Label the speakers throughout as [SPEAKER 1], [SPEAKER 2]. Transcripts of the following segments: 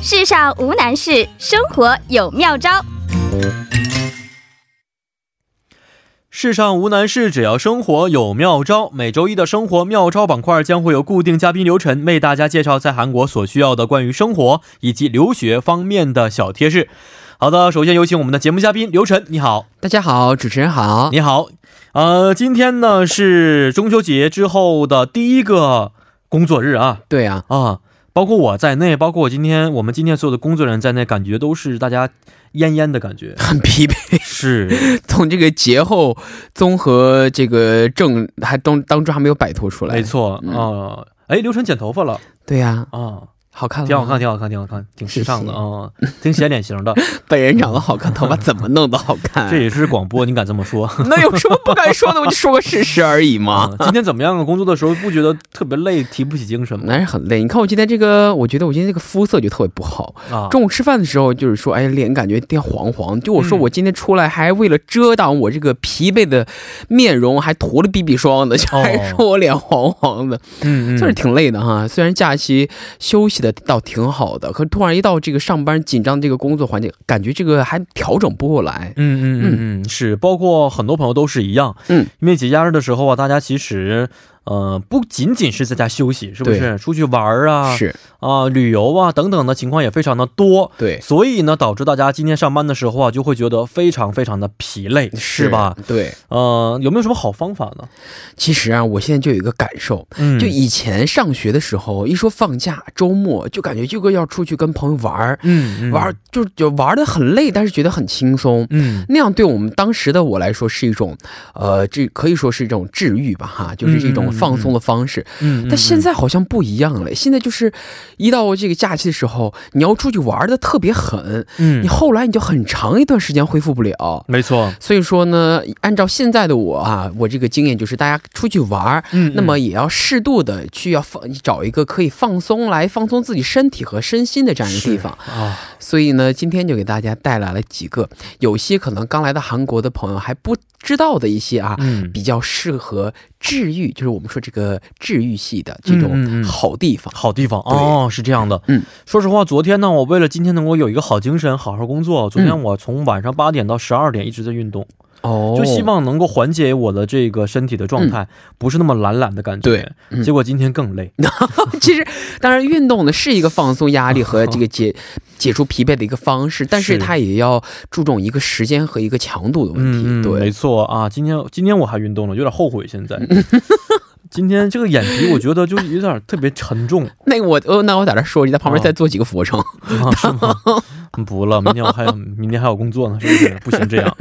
[SPEAKER 1] 世上无难事，生活有妙招。
[SPEAKER 2] 世上无难事，只要生活有妙招。每周一的生活妙招板块将会有固定嘉宾刘晨为大家介绍在韩国所需要的关于生活以及留学方面的小贴士。好的，首先有请我们的节目嘉宾刘晨，你好，
[SPEAKER 3] 大家好，主持人好。
[SPEAKER 2] 你好。呃，今天呢是中秋节之后的第一个工作日啊
[SPEAKER 3] 对啊，，
[SPEAKER 2] 啊，包括我在内，包括我今天我们今天所有的工作人员在内，感觉都是大家恹恹的感觉
[SPEAKER 3] 很疲惫。
[SPEAKER 2] 是
[SPEAKER 3] 从这个节后综合这个症，还当当中还没有摆脱出来。
[SPEAKER 2] 没，错啊。呃哎，刘晨剪头发了
[SPEAKER 3] 对呀、
[SPEAKER 2] 啊，
[SPEAKER 3] 好看了，
[SPEAKER 2] 挺好看，，挺好看，挺好看，挺时尚的啊，挺显脸 型的。
[SPEAKER 3] 本人长得好看，头发 怎么弄的好 看？
[SPEAKER 2] 这也是广播，你敢这么说？
[SPEAKER 3] 那有什么不该说的？我就说个事实而 已嘛。
[SPEAKER 2] 啊，今天怎么样啊？工作的时候不觉得特别累，提不起精神吗？
[SPEAKER 3] 男人很累，你看我今天这个，我觉得我今天这个肤色就特别不好。
[SPEAKER 2] 啊，
[SPEAKER 3] 中午吃饭的时候，就是说，哎，脸感觉有点黄黄。就我说，
[SPEAKER 2] 嗯
[SPEAKER 3] 我今天出来还为了遮挡我这个疲惫的面容，还涂了 BB 霜的，就
[SPEAKER 2] 哦
[SPEAKER 3] 还说我脸黄黄的，
[SPEAKER 2] 嗯嗯，
[SPEAKER 3] 就是挺累的哈。虽然假期休息的倒挺好的，可突然一到这个上班紧张这个工作环境，感觉这个还调整不过来。
[SPEAKER 2] 嗯嗯嗯嗯，是，包括很多朋友都是一样，
[SPEAKER 3] 嗯，
[SPEAKER 2] 因为节假日的时候啊，大家其实，呃，不仅仅是在家休息，是不是？出去玩儿啊，
[SPEAKER 3] 是
[SPEAKER 2] 啊、旅游啊等等的情况也非常的多，
[SPEAKER 3] 对，
[SPEAKER 2] 所以呢，导致大家今天上班的时候啊，就会觉得非常非常的疲累，是吧？？
[SPEAKER 3] 对，
[SPEAKER 2] 呃，有没有什么好方法呢？
[SPEAKER 3] 其实啊，我现在就有一个感受，
[SPEAKER 2] 嗯
[SPEAKER 3] 就以前上学的时候，一说放假、周末，就感觉就个要出去跟朋友玩儿，
[SPEAKER 2] 嗯嗯
[SPEAKER 3] 玩儿就就玩的很累，但是觉得很轻松。
[SPEAKER 2] 嗯
[SPEAKER 3] 那样对我们当时的我来说是一种，呃，这可以说是一种治愈吧，哈，就是一种放松的方式。
[SPEAKER 2] 嗯，
[SPEAKER 3] 但现
[SPEAKER 2] 在
[SPEAKER 3] 在好像不一样了，现在就是一到这个假期的时候，你要出去玩的特别狠，
[SPEAKER 2] 嗯
[SPEAKER 3] 你，后来你就很长一段时间恢复不了。
[SPEAKER 2] 没错，
[SPEAKER 3] 所以说呢，按照现在的我啊，我这个经验就是，大家出去玩儿，
[SPEAKER 2] 嗯，
[SPEAKER 3] 那么也要适度的去要放找一个可以放松来放松自己身体和身心的这样一个地方。
[SPEAKER 2] 啊，
[SPEAKER 3] 所以呢，今天就给大家带来了几个有些可能刚来到韩国的朋友还不知道的一些啊，
[SPEAKER 2] 嗯，
[SPEAKER 3] 比较适合治愈，就是我们说这个治愈系的
[SPEAKER 2] 嗯嗯
[SPEAKER 3] 这
[SPEAKER 2] 嗯
[SPEAKER 3] 种好地方。
[SPEAKER 2] 好地方
[SPEAKER 3] 对
[SPEAKER 2] 哦，是这样的。
[SPEAKER 3] 嗯，
[SPEAKER 2] 说实话，昨天呢，我为了今天能够有一个好精神，好好工作，昨天
[SPEAKER 3] 嗯
[SPEAKER 2] 我从晚上八点到十二点一直在运动，
[SPEAKER 3] 哦嗯
[SPEAKER 2] 就希望能够缓解我的这个身体的状态，不是那么懒懒的感觉。
[SPEAKER 3] 对嗯
[SPEAKER 2] 结果今天更累。
[SPEAKER 3] 其实当然运动呢是一个放松压力和这个 解解除疲惫的一个方式，但
[SPEAKER 2] 是
[SPEAKER 3] 是它也要注重一个时间和一个强度的问题。
[SPEAKER 2] 嗯，嗯没
[SPEAKER 3] 对，
[SPEAKER 2] 错啊，今天今天我还运动了，有点后悔现 在。今天这个眼皮，我觉得就有点特别沉重，
[SPEAKER 3] 那个我呃，那我在这说，你在旁边
[SPEAKER 2] 哦
[SPEAKER 3] 再做几个俯卧撑。
[SPEAKER 2] 啊、是 吗？嗯不了，明天我还有 明天还有工作呢，是不是？不行这样。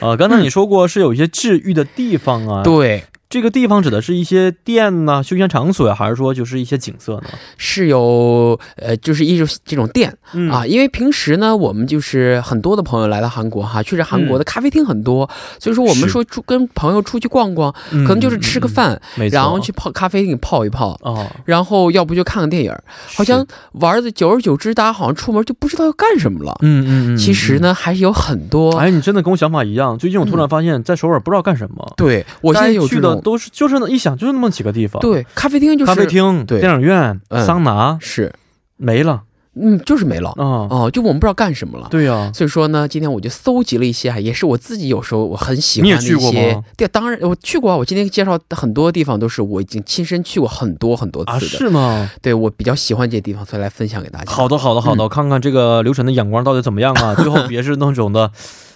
[SPEAKER 2] 呃，刚才你说过是有一些治愈的地方啊，
[SPEAKER 3] 对，
[SPEAKER 2] 这个地方指的是一些店呐、休闲场所呀、还是说就是一些景色呢？
[SPEAKER 3] 是有呃，就是一种这种店，
[SPEAKER 2] 嗯
[SPEAKER 3] 啊，因为平时呢，我们就是很多的朋友来到韩国哈，确实韩国的咖啡厅很多，所以说我
[SPEAKER 2] 嗯
[SPEAKER 3] 们
[SPEAKER 2] 是
[SPEAKER 3] 说出跟朋友出去逛逛，
[SPEAKER 2] 嗯
[SPEAKER 3] 可能就是吃个，饭，
[SPEAKER 2] 嗯嗯没错，
[SPEAKER 3] 然后去泡咖啡厅泡一泡。
[SPEAKER 2] 哦，
[SPEAKER 3] 然后要不就看个电影儿，好像
[SPEAKER 2] 是
[SPEAKER 3] 玩的久而久之，大家好像出门就不知道要干什么了。
[SPEAKER 2] 嗯嗯嗯，
[SPEAKER 3] 其实呢，还是有很多。
[SPEAKER 2] 嗯，哎，你真的跟我想法一样。最近我突然发现，在首尔不知道干什么，
[SPEAKER 3] 对我现在有
[SPEAKER 2] 该去
[SPEAKER 3] 这
[SPEAKER 2] 的
[SPEAKER 3] 种
[SPEAKER 2] 都是就是那一想就是那么几个地方，，
[SPEAKER 3] 对咖啡厅就是
[SPEAKER 2] 咖啡厅、
[SPEAKER 3] 对
[SPEAKER 2] 电影院、
[SPEAKER 3] 嗯
[SPEAKER 2] 桑拿
[SPEAKER 3] 是
[SPEAKER 2] 没了
[SPEAKER 3] 嗯就是没了
[SPEAKER 2] 啊。
[SPEAKER 3] 哦，就我们不知道干什么了。
[SPEAKER 2] 对呀、
[SPEAKER 3] 所以说呢，今天我就搜集了一些啊，也是我自己有时候我很喜欢
[SPEAKER 2] 你
[SPEAKER 3] 的
[SPEAKER 2] 也
[SPEAKER 3] 一
[SPEAKER 2] 去过
[SPEAKER 3] 些
[SPEAKER 2] 吗。
[SPEAKER 3] 对，当然我去过啊，我今天介绍的很多地方都是我已经亲身去过很多很多
[SPEAKER 2] 啊，
[SPEAKER 3] 次的。
[SPEAKER 2] 是吗？
[SPEAKER 3] 对我比较喜欢这些地方，所以来分享给大家。
[SPEAKER 2] 好的，好的，好
[SPEAKER 3] 嗯
[SPEAKER 2] 的，看看这个刘晨的眼光到底怎么样 啊？最后别是那种的，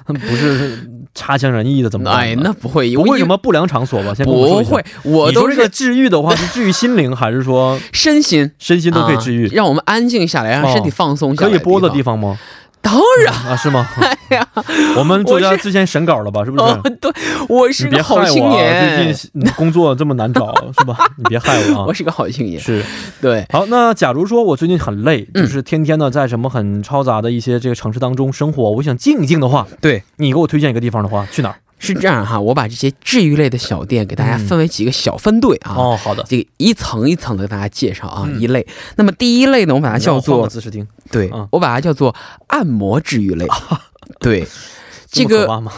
[SPEAKER 2] 不是差强人意的，怎么办呢？啊
[SPEAKER 3] 哎，那不会，
[SPEAKER 2] 不
[SPEAKER 3] 我
[SPEAKER 2] 会
[SPEAKER 3] 一
[SPEAKER 2] 什么不良场所吧？先跟我说
[SPEAKER 3] 不
[SPEAKER 2] 一下
[SPEAKER 3] 会，我
[SPEAKER 2] 你说
[SPEAKER 3] 都
[SPEAKER 2] 这个治愈的话，是治愈心 灵，还是说
[SPEAKER 3] 身心
[SPEAKER 2] 身心都可以治
[SPEAKER 3] 啊
[SPEAKER 2] 愈？
[SPEAKER 3] 让我们安静下来，让身体
[SPEAKER 2] 哦
[SPEAKER 3] 放松下
[SPEAKER 2] 可
[SPEAKER 3] 来。
[SPEAKER 2] 以播的
[SPEAKER 3] 地
[SPEAKER 2] 地
[SPEAKER 3] 方，哎
[SPEAKER 2] 方吗？
[SPEAKER 3] 当然
[SPEAKER 2] 啊，是 吗？我们作家之前审稿了吧？是不
[SPEAKER 3] 哦
[SPEAKER 2] 是？，
[SPEAKER 3] 对我是
[SPEAKER 2] 你别
[SPEAKER 3] 个
[SPEAKER 2] 害
[SPEAKER 3] 好青
[SPEAKER 2] 我啊！最
[SPEAKER 3] 年，
[SPEAKER 2] 近你工作这么难 找，是吧？你别害我
[SPEAKER 3] 我
[SPEAKER 2] 啊！
[SPEAKER 3] 是个嗯好青年。
[SPEAKER 2] 是
[SPEAKER 3] 对，
[SPEAKER 2] 好，那假如说我最近很累，就是天天呢在什么很嘈杂的一些这个城市当中生活，我想静一静的话，
[SPEAKER 3] 对，
[SPEAKER 2] 你给我推荐一个地方的话，去哪儿？
[SPEAKER 3] 是这样哈，我把这些治愈类的小店给大家
[SPEAKER 2] 嗯
[SPEAKER 3] 分为几个小分队啊。
[SPEAKER 2] 哦，好的，
[SPEAKER 3] 这个一层一层的给大家介绍啊，
[SPEAKER 2] 嗯
[SPEAKER 3] 一类。那么第一类呢，我把它啊叫
[SPEAKER 2] 让我换
[SPEAKER 3] 做
[SPEAKER 2] 个姿势听，
[SPEAKER 3] 对
[SPEAKER 2] 嗯，
[SPEAKER 3] 我把它叫做按摩治 愈类。对，这
[SPEAKER 2] 么可
[SPEAKER 3] 个
[SPEAKER 2] 怕吗？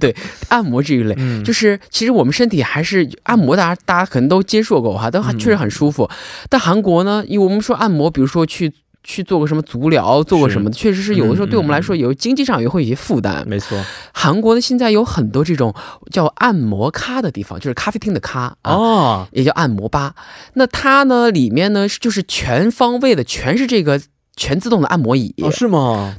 [SPEAKER 3] 对按摩治愈类。
[SPEAKER 2] 嗯，
[SPEAKER 3] 就是，其实我们身体还是按摩，啊大家大家可能都接触过哈，都还
[SPEAKER 2] 嗯
[SPEAKER 3] 确实很舒服。但韩国呢，因为我们说按摩，比如说去去做个什么足疗，做个
[SPEAKER 2] 是
[SPEAKER 3] 什么的，确实是有的时候
[SPEAKER 2] 嗯
[SPEAKER 3] 对我
[SPEAKER 2] 嗯
[SPEAKER 3] 们来说有经济上也会有一些负担。
[SPEAKER 2] 没错。
[SPEAKER 3] 韩国的现在有很多这种叫按摩咖的地方，就是咖啡厅的咖啊。
[SPEAKER 2] 哦，
[SPEAKER 3] 也叫按摩吧。那它呢，里面呢是就是全方位的，全是这个全自动的按摩椅，
[SPEAKER 2] 哦是吗？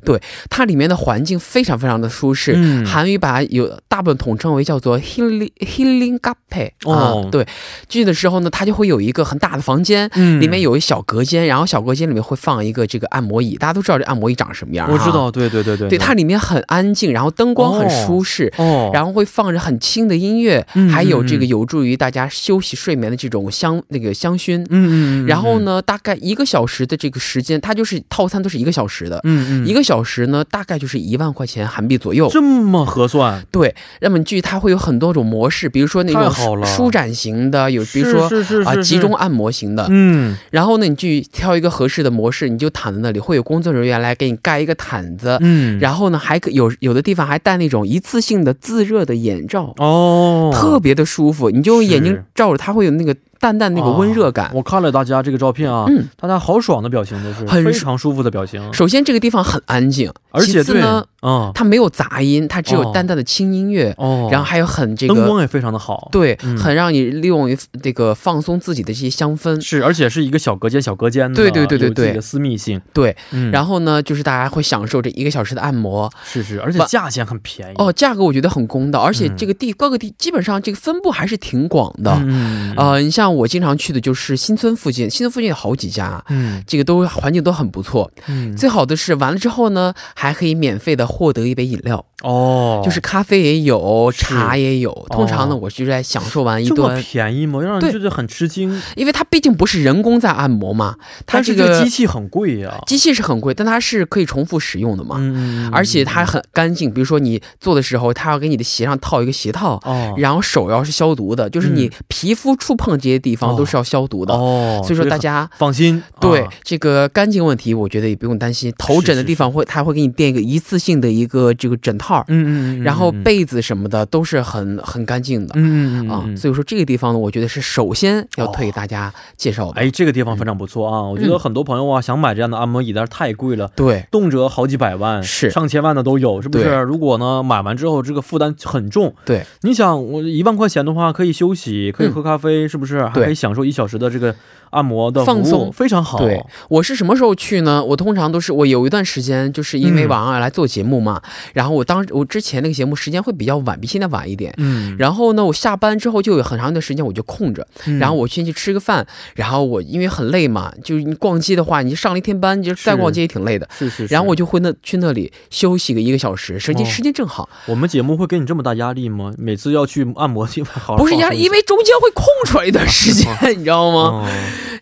[SPEAKER 3] 它里面的环境非常非常的舒适。
[SPEAKER 2] 嗯
[SPEAKER 3] 韩语把有大部分统称为叫做 healing healing cafe
[SPEAKER 2] 哦
[SPEAKER 3] 啊，对，去的时候呢，它就会有一个很大的房间，
[SPEAKER 2] 嗯
[SPEAKER 3] 里面有一小隔间，然后小隔间里面会放一个这个按摩椅，大家都知道这按摩椅长什么样，
[SPEAKER 2] 我知
[SPEAKER 3] 啊，
[SPEAKER 2] 道，对对对对，
[SPEAKER 3] 对，它里面很安静，然后灯光很
[SPEAKER 2] 哦
[SPEAKER 3] 舒适，
[SPEAKER 2] 哦，
[SPEAKER 3] 然后会放着很轻的音乐，
[SPEAKER 2] 嗯
[SPEAKER 3] 还有这个
[SPEAKER 2] 嗯嗯
[SPEAKER 3] 有助于大家休息睡眠的这种香那个香薰。
[SPEAKER 2] 嗯嗯，嗯
[SPEAKER 3] 然后？呢，大概一个小时的这个时间，它就是套餐都是一个小时的，
[SPEAKER 2] 嗯嗯，
[SPEAKER 3] 一个小时呢大概就是一万块钱韩币左右。
[SPEAKER 2] 这么合算，
[SPEAKER 3] 对，那么据它会有很多种模式，比如说那
[SPEAKER 2] 太
[SPEAKER 3] 种
[SPEAKER 2] 好
[SPEAKER 3] 舒
[SPEAKER 2] 了
[SPEAKER 3] 舒展型的，有比如说
[SPEAKER 2] 是是是
[SPEAKER 3] 啊
[SPEAKER 2] 是
[SPEAKER 3] 集中按摩型的。
[SPEAKER 2] 嗯
[SPEAKER 3] 然后呢，你去挑一个合适的模式，你就躺在那里，会有工作人员来给你盖一个毯子。
[SPEAKER 2] 嗯，
[SPEAKER 3] 呃然后呢，还可有有的地方还带那种一次性的自热的眼罩，
[SPEAKER 2] 哦，
[SPEAKER 3] 特别的舒服，你就用眼睛
[SPEAKER 2] 是
[SPEAKER 3] 照着它，会有那个淡淡那个温热感。
[SPEAKER 2] 哦我看了大家这个照片啊，
[SPEAKER 3] 嗯，
[SPEAKER 2] 大家好爽的表情都是，
[SPEAKER 3] 很
[SPEAKER 2] 非常舒服的表情，
[SPEAKER 3] 首先，这个地方很安静，
[SPEAKER 2] 而且
[SPEAKER 3] 其次
[SPEAKER 2] 对，
[SPEAKER 3] 呢，
[SPEAKER 2] 嗯，
[SPEAKER 3] 它没有杂音，它只有
[SPEAKER 2] 哦
[SPEAKER 3] 淡淡的轻音乐，
[SPEAKER 2] 哦，
[SPEAKER 3] 然后还有很这
[SPEAKER 2] 灯
[SPEAKER 3] 个
[SPEAKER 2] 光也非常的好，，
[SPEAKER 3] 对，
[SPEAKER 2] 嗯
[SPEAKER 3] 很让你利用于这个放松自己的这些香氛。
[SPEAKER 2] 是，而且是一个小隔间，小隔间的，
[SPEAKER 3] 对对对对
[SPEAKER 2] 有自己
[SPEAKER 3] 对
[SPEAKER 2] 的私密性，
[SPEAKER 3] 对，
[SPEAKER 2] 嗯，
[SPEAKER 3] 然后呢，就是大家会享受这一个小时的按摩。
[SPEAKER 2] 是是，而且
[SPEAKER 3] 把
[SPEAKER 2] 价钱很便宜，
[SPEAKER 3] 哦，价格我觉得很公道，而且
[SPEAKER 2] 嗯
[SPEAKER 3] 这个地各个地基本上这个分布还是挺广的。
[SPEAKER 2] 嗯，嗯，
[SPEAKER 3] 呃，你像我经常去的就是新村附近，新村附近有好几家，
[SPEAKER 2] 嗯
[SPEAKER 3] 这个都环境都很不错。
[SPEAKER 2] 嗯，
[SPEAKER 3] 最好的是完了之后呢，还可以免费的获得一杯饮料，
[SPEAKER 2] 哦，
[SPEAKER 3] 就是咖啡也有，
[SPEAKER 2] 是
[SPEAKER 3] 茶也有。通常呢，
[SPEAKER 2] 哦
[SPEAKER 3] 我就在享受完一
[SPEAKER 2] 这么
[SPEAKER 3] 顿，
[SPEAKER 2] 便宜吗？让人
[SPEAKER 3] 对
[SPEAKER 2] 觉得很吃惊，
[SPEAKER 3] 因为它毕竟不是人工在按摩嘛，它
[SPEAKER 2] 但
[SPEAKER 3] 这
[SPEAKER 2] 是这
[SPEAKER 3] 个
[SPEAKER 2] 个机器很贵呀，
[SPEAKER 3] 机器是很贵，但它是可以重复使用的嘛，
[SPEAKER 2] 嗯，嗯嗯
[SPEAKER 3] 而且它很干净。比如说你做的时候，它要给你的鞋上套一个鞋套。
[SPEAKER 2] 哦嗯
[SPEAKER 3] 然后手要是消毒的，就是你皮肤触碰这些地方
[SPEAKER 2] 哦
[SPEAKER 3] 都是要消毒的，
[SPEAKER 2] 哦，
[SPEAKER 3] 所以说大
[SPEAKER 2] 很
[SPEAKER 3] 家
[SPEAKER 2] 放心，
[SPEAKER 3] 对、
[SPEAKER 2] 啊
[SPEAKER 3] 这个干净问题，我觉得也不用担心。头
[SPEAKER 2] 是
[SPEAKER 3] 枕的
[SPEAKER 2] 是
[SPEAKER 3] 地方会，它会给你垫一个一次性的一个这个枕套，
[SPEAKER 2] 嗯嗯嗯，
[SPEAKER 3] 然后
[SPEAKER 2] 嗯嗯
[SPEAKER 3] 被子什么的都是很很干净的、
[SPEAKER 2] 嗯嗯嗯
[SPEAKER 3] 啊
[SPEAKER 2] 嗯。。哦
[SPEAKER 3] 所以说这个地方呢，我觉得是首先要推给大家介绍的。
[SPEAKER 2] 哎，这个地
[SPEAKER 3] 嗯
[SPEAKER 2] 方非常不错啊！我觉得很多朋友啊想买这样的按摩椅，但是太贵了，
[SPEAKER 3] 对
[SPEAKER 2] 动辄好几百万，
[SPEAKER 3] 是
[SPEAKER 2] 上千万的都有，是不是？
[SPEAKER 3] 对
[SPEAKER 2] 如果呢买完之后这个负担很重，
[SPEAKER 3] 对，
[SPEAKER 2] 你想我一万块钱的话，可以休息，可以
[SPEAKER 3] 嗯
[SPEAKER 2] 喝咖啡，是不是？还
[SPEAKER 3] 对
[SPEAKER 2] 可以享受一小时的这个按摩的服务
[SPEAKER 3] 放松
[SPEAKER 2] 非常好。
[SPEAKER 3] 对，我是什么时候去呢？我通常都是我有一段时间，就是因
[SPEAKER 2] 嗯
[SPEAKER 3] 为晚上来做节目嘛，然后我当我之前那个节目时间会比较晚，比现在晚一点。
[SPEAKER 2] 嗯，
[SPEAKER 3] 然后呢，我下班之后就有很长一段时间我就空着，
[SPEAKER 2] 嗯
[SPEAKER 3] 然后我先去吃个饭，然后我因为很累嘛，就是你逛街的话，你上了一天班，你就再
[SPEAKER 2] 是
[SPEAKER 3] 逛街也挺累的。
[SPEAKER 2] 是是是，
[SPEAKER 3] 然后我就会那去那里休息个一个小时，时间
[SPEAKER 2] 哦
[SPEAKER 3] 时间正好，
[SPEAKER 2] 我们节目会给你这么大压力吗？每次要去按摩地方，好好
[SPEAKER 3] 不是
[SPEAKER 2] 压
[SPEAKER 3] 压，因为中间会空出来一段时 间，你知道吗？
[SPEAKER 2] 哦，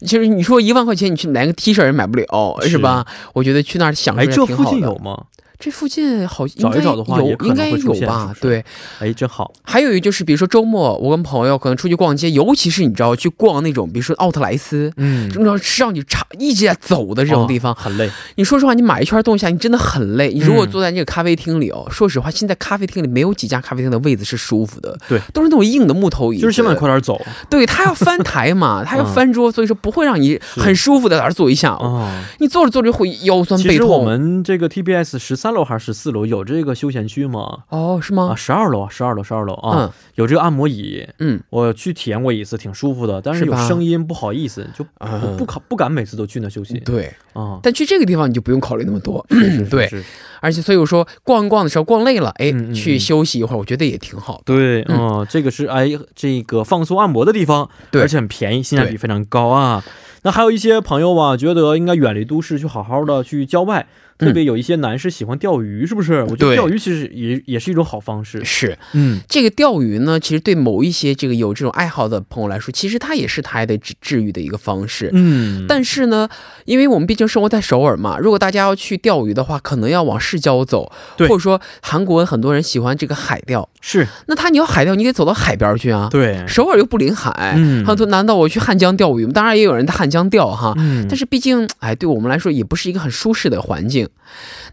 [SPEAKER 3] 就是你说一万块钱你去买个 T 恤也买不了，
[SPEAKER 2] 是
[SPEAKER 3] 是吧？我觉得去那儿享受
[SPEAKER 2] 哎，
[SPEAKER 3] 也
[SPEAKER 2] 这
[SPEAKER 3] 挺
[SPEAKER 2] 附
[SPEAKER 3] 好
[SPEAKER 2] 近
[SPEAKER 3] 的。
[SPEAKER 2] 有吗？
[SPEAKER 3] 这附近好应
[SPEAKER 2] 找一
[SPEAKER 3] 该
[SPEAKER 2] 找的话也
[SPEAKER 3] 有
[SPEAKER 2] 可
[SPEAKER 3] 应
[SPEAKER 2] 能
[SPEAKER 3] 该
[SPEAKER 2] 会出
[SPEAKER 3] 有
[SPEAKER 2] 现是
[SPEAKER 3] 吧？
[SPEAKER 2] 不是
[SPEAKER 3] 对，
[SPEAKER 2] 哎，真好，
[SPEAKER 3] 还有一个就是，比如说周末我跟朋友可能出去逛街，尤其是你知道去逛那种，比如说奥特莱斯。
[SPEAKER 2] 嗯
[SPEAKER 3] 这种让你长一直在走的这种地方，
[SPEAKER 2] 哦很累，
[SPEAKER 3] 你说实话，你买一圈动一下，你真的很累。你如果
[SPEAKER 2] 嗯
[SPEAKER 3] 坐在这个咖啡厅里哦，说实话，现在咖啡厅里没有几家咖啡厅的位子是舒服的，
[SPEAKER 2] 对，
[SPEAKER 3] 都是那种硬的木头椅子，
[SPEAKER 2] 就是想让你快点嗯走
[SPEAKER 3] 对，他要翻 台嘛，他要翻桌，所以说不会让你很舒服的在那儿坐一下午。
[SPEAKER 2] 啊。
[SPEAKER 3] 你坐着坐着会腰酸
[SPEAKER 2] 其
[SPEAKER 3] 背
[SPEAKER 2] 实
[SPEAKER 3] 痛。
[SPEAKER 2] 我们这个 TBS 十三楼还是十四楼有这个休闲区吗？
[SPEAKER 3] 哦，是
[SPEAKER 2] 啊，
[SPEAKER 3] 吗？
[SPEAKER 2] 十二楼啊，十二楼，十二楼啊，有这个按摩椅，
[SPEAKER 3] 嗯
[SPEAKER 2] 我去体验过一次，挺舒服的，但是
[SPEAKER 3] 是
[SPEAKER 2] 有
[SPEAKER 3] 吧
[SPEAKER 2] 声音，不好意思，就
[SPEAKER 3] 啊
[SPEAKER 2] 不不敢不敢每次都去那休息
[SPEAKER 3] 嗯，对。
[SPEAKER 2] 啊。
[SPEAKER 3] 但去这个地方你就不用考虑那么多，
[SPEAKER 2] 是是是
[SPEAKER 3] 对
[SPEAKER 2] 是
[SPEAKER 3] 而且所以我说逛一逛的时候逛累了，哎，
[SPEAKER 2] 嗯嗯
[SPEAKER 3] 去
[SPEAKER 2] 嗯
[SPEAKER 3] 休息一会儿，我觉得也挺好的。
[SPEAKER 2] 对，
[SPEAKER 3] 嗯
[SPEAKER 2] 嗯，这个是哎，这个放松按摩的地方，
[SPEAKER 3] 对
[SPEAKER 2] 而且很便宜，性价比
[SPEAKER 3] 对
[SPEAKER 2] 非常高啊。那还有一些朋友啊，觉得应该远离都市，去好好的去郊外，
[SPEAKER 3] 嗯
[SPEAKER 2] 特别有一些男士喜欢钓鱼，是不是？我觉得
[SPEAKER 3] 对
[SPEAKER 2] 钓鱼其实也也是一种好方式。
[SPEAKER 3] 是
[SPEAKER 2] 嗯，
[SPEAKER 3] 这个钓鱼呢，其实对某一些这个有这种爱好的朋友来说，其实它也是他的治治愈的一个方式。
[SPEAKER 2] 嗯，
[SPEAKER 3] 但是呢，因为我们毕竟生活在首尔嘛，如果大家要去钓鱼的话，可能要往市郊走，
[SPEAKER 2] 对
[SPEAKER 3] 或者说韩国很多人喜欢这个海钓，
[SPEAKER 2] 是
[SPEAKER 3] 那他你要海钓，你得走到海边儿去啊。
[SPEAKER 2] 对，
[SPEAKER 3] 首尔又不临海，
[SPEAKER 2] 嗯
[SPEAKER 3] 哎他说难道我去汉江钓鱼吗？当然也有人在汉江钓哈，
[SPEAKER 2] 嗯，
[SPEAKER 3] 但是毕竟哎，对我们来说也不是一个很舒适的环境。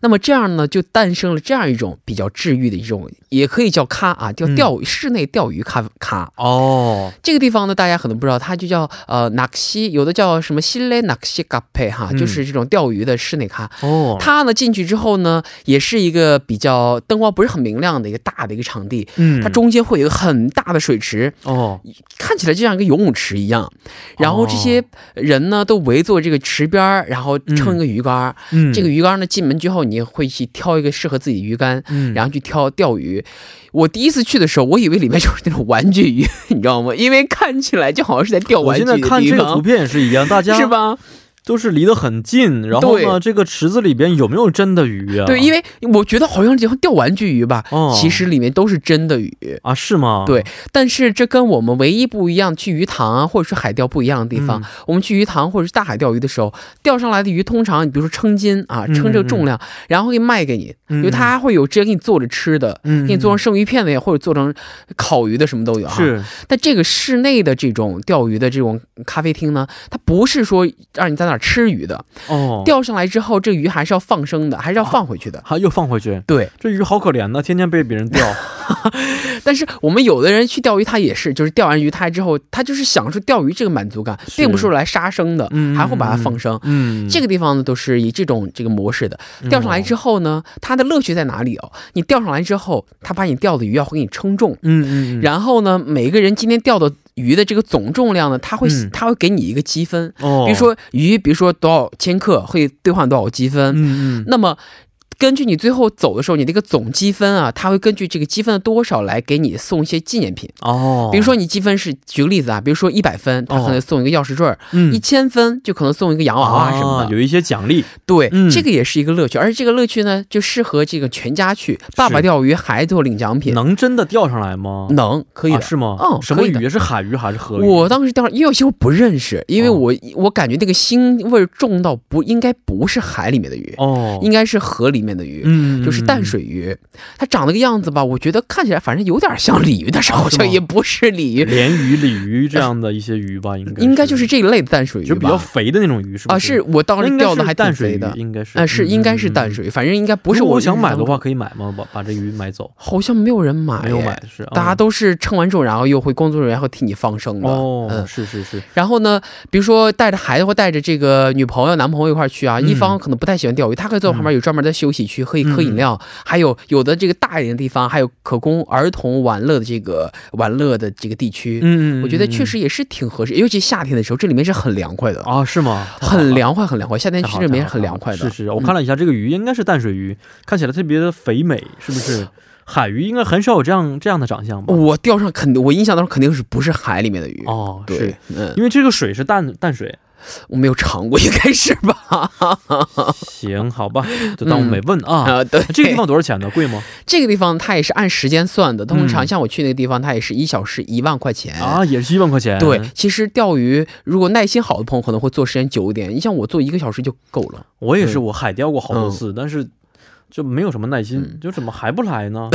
[SPEAKER 3] 那么这样样呢，就诞生了这样一种比较治愈的一种，也可以叫咖啊，叫
[SPEAKER 2] 嗯
[SPEAKER 3] 钓、室内钓鱼咖咖。
[SPEAKER 2] 哦，
[SPEAKER 3] 这个地方呢，大家可能不知道，它就叫呃纳克西，有的叫什么西勒纳克西咖啡哈，
[SPEAKER 2] 嗯
[SPEAKER 3] 就是这种钓鱼的室内咖。
[SPEAKER 2] 哦，
[SPEAKER 3] 它呢进去之后呢，也是一个比较灯光不是很明亮的一个大的一个场地，
[SPEAKER 2] 嗯，
[SPEAKER 3] 它中间会有一个很大的水池，
[SPEAKER 2] 哦，
[SPEAKER 3] 看起来就像一个游泳池一样。然后这些
[SPEAKER 2] 哦
[SPEAKER 3] 人呢都围坐这个池边儿，然后撑一个鱼竿儿。
[SPEAKER 2] 嗯，
[SPEAKER 3] 这个鱼竿呢，进门之后你会去挑一个适合自己的鱼竿，
[SPEAKER 2] 嗯，
[SPEAKER 3] 然后去挑钓鱼。我第一次去的时候，我以为里面就是那种玩具鱼， 你知道吗？因为看起来就好像是在钓
[SPEAKER 2] 我
[SPEAKER 3] 玩具
[SPEAKER 2] 现
[SPEAKER 3] 的
[SPEAKER 2] 在
[SPEAKER 3] 地
[SPEAKER 2] 看这个图
[SPEAKER 3] 方，
[SPEAKER 2] 片也啊是一样，大家
[SPEAKER 3] 是吧？
[SPEAKER 2] 都是离得很近，然后呢，
[SPEAKER 3] 对
[SPEAKER 2] 这个池子里边有没有真的鱼啊？
[SPEAKER 3] 对，因为我觉得好像就像钓玩具鱼吧，
[SPEAKER 2] 哦
[SPEAKER 3] 其实里面都是真的鱼。
[SPEAKER 2] 啊，是吗？
[SPEAKER 3] 对，但是这跟我们唯一不一样，去鱼塘啊，或者是海钓不一样的地方。
[SPEAKER 2] 嗯
[SPEAKER 3] 我们去鱼塘或者是大海钓鱼的时候，钓上来的鱼通常，你比如说称斤啊，
[SPEAKER 2] 嗯
[SPEAKER 3] 称这个重量，然后给卖给你，
[SPEAKER 2] 嗯
[SPEAKER 3] 因为它还会有直接给你做着吃的，
[SPEAKER 2] 嗯，
[SPEAKER 3] 给你做成生鱼片的呀，或者做成烤鱼的，什么都有啊。。
[SPEAKER 2] 是，
[SPEAKER 3] 但这个室内的这种钓鱼的这种咖啡厅呢，它不是说让你在那儿吃鱼的，
[SPEAKER 2] 哦，
[SPEAKER 3] 钓上来之后，这鱼还是要放生的，还是要放回去的。
[SPEAKER 2] 还又放回去，
[SPEAKER 3] 对，
[SPEAKER 2] 这鱼好可怜呐，天天被别人钓。
[SPEAKER 3] 但是我们有的人去钓鱼，他也是，就是钓完鱼他之后，他就是享受钓鱼这个满足感，
[SPEAKER 2] 是
[SPEAKER 3] 并不是来杀生的
[SPEAKER 2] 嗯，
[SPEAKER 3] 还会把它放生。
[SPEAKER 2] 嗯，
[SPEAKER 3] 这个地方呢，都是以这种这个模式的。钓上来之后呢，它的乐趣在哪里哦？你钓上来之后，他把你钓的鱼要会给你称重，
[SPEAKER 2] 嗯，嗯嗯，
[SPEAKER 3] 然后呢，每个人今天钓的鱼的这个总重量呢，他会
[SPEAKER 2] 嗯
[SPEAKER 3] 他会给你一个积分，
[SPEAKER 2] 哦，
[SPEAKER 3] 比如，说鱼，比如说多少千克会兑换多少积分，
[SPEAKER 2] 嗯嗯，
[SPEAKER 3] 那么根据你最后走的时候，你那个总积分啊，它会根据这个积分的多少来给你送一些纪念品。
[SPEAKER 2] 哦，
[SPEAKER 3] 比如，说你积分是，举个例子啊，比如说一百分，它
[SPEAKER 2] 哦
[SPEAKER 3] 可能送一个钥匙坠儿；
[SPEAKER 2] 嗯
[SPEAKER 3] 一，千分就可能送一个洋娃娃什么
[SPEAKER 2] 啊
[SPEAKER 3] 的。
[SPEAKER 2] 有一些奖励，
[SPEAKER 3] 对、
[SPEAKER 2] 嗯
[SPEAKER 3] 这个也是一个乐趣，而且这个乐趣呢，就适合这个全家去，爸爸钓鱼，孩子领奖品，
[SPEAKER 2] 能真的钓上来吗？
[SPEAKER 3] 能嗯可以
[SPEAKER 2] 啊
[SPEAKER 3] 的。
[SPEAKER 2] 是吗？
[SPEAKER 3] 嗯
[SPEAKER 2] 什么
[SPEAKER 3] 可以的
[SPEAKER 2] 鱼？啊是海鱼还是河鱼？
[SPEAKER 3] 我当时钓，因为有些我不认识，因为
[SPEAKER 2] 哦
[SPEAKER 3] 我、我感觉那个腥味儿重到不应该不是海里面的鱼，
[SPEAKER 2] 哦，
[SPEAKER 3] 应该是河里面的鱼。
[SPEAKER 2] 嗯，嗯
[SPEAKER 3] 就是淡，水鱼，
[SPEAKER 2] 嗯
[SPEAKER 3] 它长那个样子吧，我觉得看起来反正有点像鲤鱼，但是好
[SPEAKER 2] 是吗
[SPEAKER 3] 像也不是
[SPEAKER 2] 嗯
[SPEAKER 3] 鲤鱼，
[SPEAKER 2] 鲢鱼、鲤鱼这样的一些鱼吧，应该
[SPEAKER 3] 应该就是这一类的淡水鱼
[SPEAKER 2] 就比较
[SPEAKER 3] 吧。
[SPEAKER 2] 肥的那种鱼，是不
[SPEAKER 3] 啊，是我当时钓的还挺
[SPEAKER 2] 淡水
[SPEAKER 3] 肥
[SPEAKER 2] 鱼
[SPEAKER 3] 的，，
[SPEAKER 2] 应该是，
[SPEAKER 3] 啊，是应该是淡
[SPEAKER 2] 水。嗯嗯
[SPEAKER 3] 水鱼，反正应该不是
[SPEAKER 2] 如果
[SPEAKER 3] 我
[SPEAKER 2] 想买的
[SPEAKER 3] 印象
[SPEAKER 2] 话，
[SPEAKER 3] 中，
[SPEAKER 2] 可以买吗？把把这鱼买走？
[SPEAKER 3] 好像没有人买，
[SPEAKER 2] 没有买，是，
[SPEAKER 3] 大家
[SPEAKER 2] 都
[SPEAKER 3] 都是称完重，然后又会工作人员会替你放生的。
[SPEAKER 2] 哦，
[SPEAKER 3] 嗯
[SPEAKER 2] 是是是，
[SPEAKER 3] 然后呢，比如说带着孩子或带着这个女朋友、男朋友一块儿去啊，
[SPEAKER 2] 嗯
[SPEAKER 3] 一方可能不太喜欢钓鱼，他可以坐旁边有专门的休息区，可以喝饮
[SPEAKER 2] 嗯
[SPEAKER 3] 料，还有有的这个大一点的地方，还有可供儿童玩乐的这个玩乐的这个地区，
[SPEAKER 2] 嗯
[SPEAKER 3] 我觉得确实也是挺合适，尤其夏天的时候，这里面是很凉快的，
[SPEAKER 2] 啊，是吗？太好
[SPEAKER 3] 很
[SPEAKER 2] 了。
[SPEAKER 3] 凉快，很凉快，夏天
[SPEAKER 2] 太
[SPEAKER 3] 去
[SPEAKER 2] 好
[SPEAKER 3] 这里面
[SPEAKER 2] 太好
[SPEAKER 3] 很
[SPEAKER 2] 太
[SPEAKER 3] 凉
[SPEAKER 2] 好
[SPEAKER 3] 快的。嗯
[SPEAKER 2] 是是，我看了一下，这个鱼应该是淡水鱼，看起来特别的肥美，是不是？海鱼应该很少有这样这样的长相吧？
[SPEAKER 3] 我钓上肯定，我印象当中肯定是不是海里面的鱼。
[SPEAKER 2] 哦，
[SPEAKER 3] 对
[SPEAKER 2] 是，，
[SPEAKER 3] 嗯，
[SPEAKER 2] 因为这个水是淡淡水。
[SPEAKER 3] 我没有尝过，应该是吧？
[SPEAKER 2] 行，好吧，就当我没问啊。
[SPEAKER 3] 啊， 对，
[SPEAKER 2] 这个地方多少钱呢？贵 吗？
[SPEAKER 3] 这个地方它也是按时间算的，通常
[SPEAKER 2] 嗯
[SPEAKER 3] 像我去那个地方，它也是一小时一万块钱。
[SPEAKER 2] 啊，嗯也是一万块钱。
[SPEAKER 3] 对，其实钓鱼如果耐心好的朋友可能会做时间久一点，你像我做一个小时就够了。
[SPEAKER 2] 我也是，
[SPEAKER 3] 对
[SPEAKER 2] 我海钓过好多
[SPEAKER 3] 嗯
[SPEAKER 2] 次，但是就没有什么耐心，
[SPEAKER 3] 嗯
[SPEAKER 2] 就怎么还不来 呢？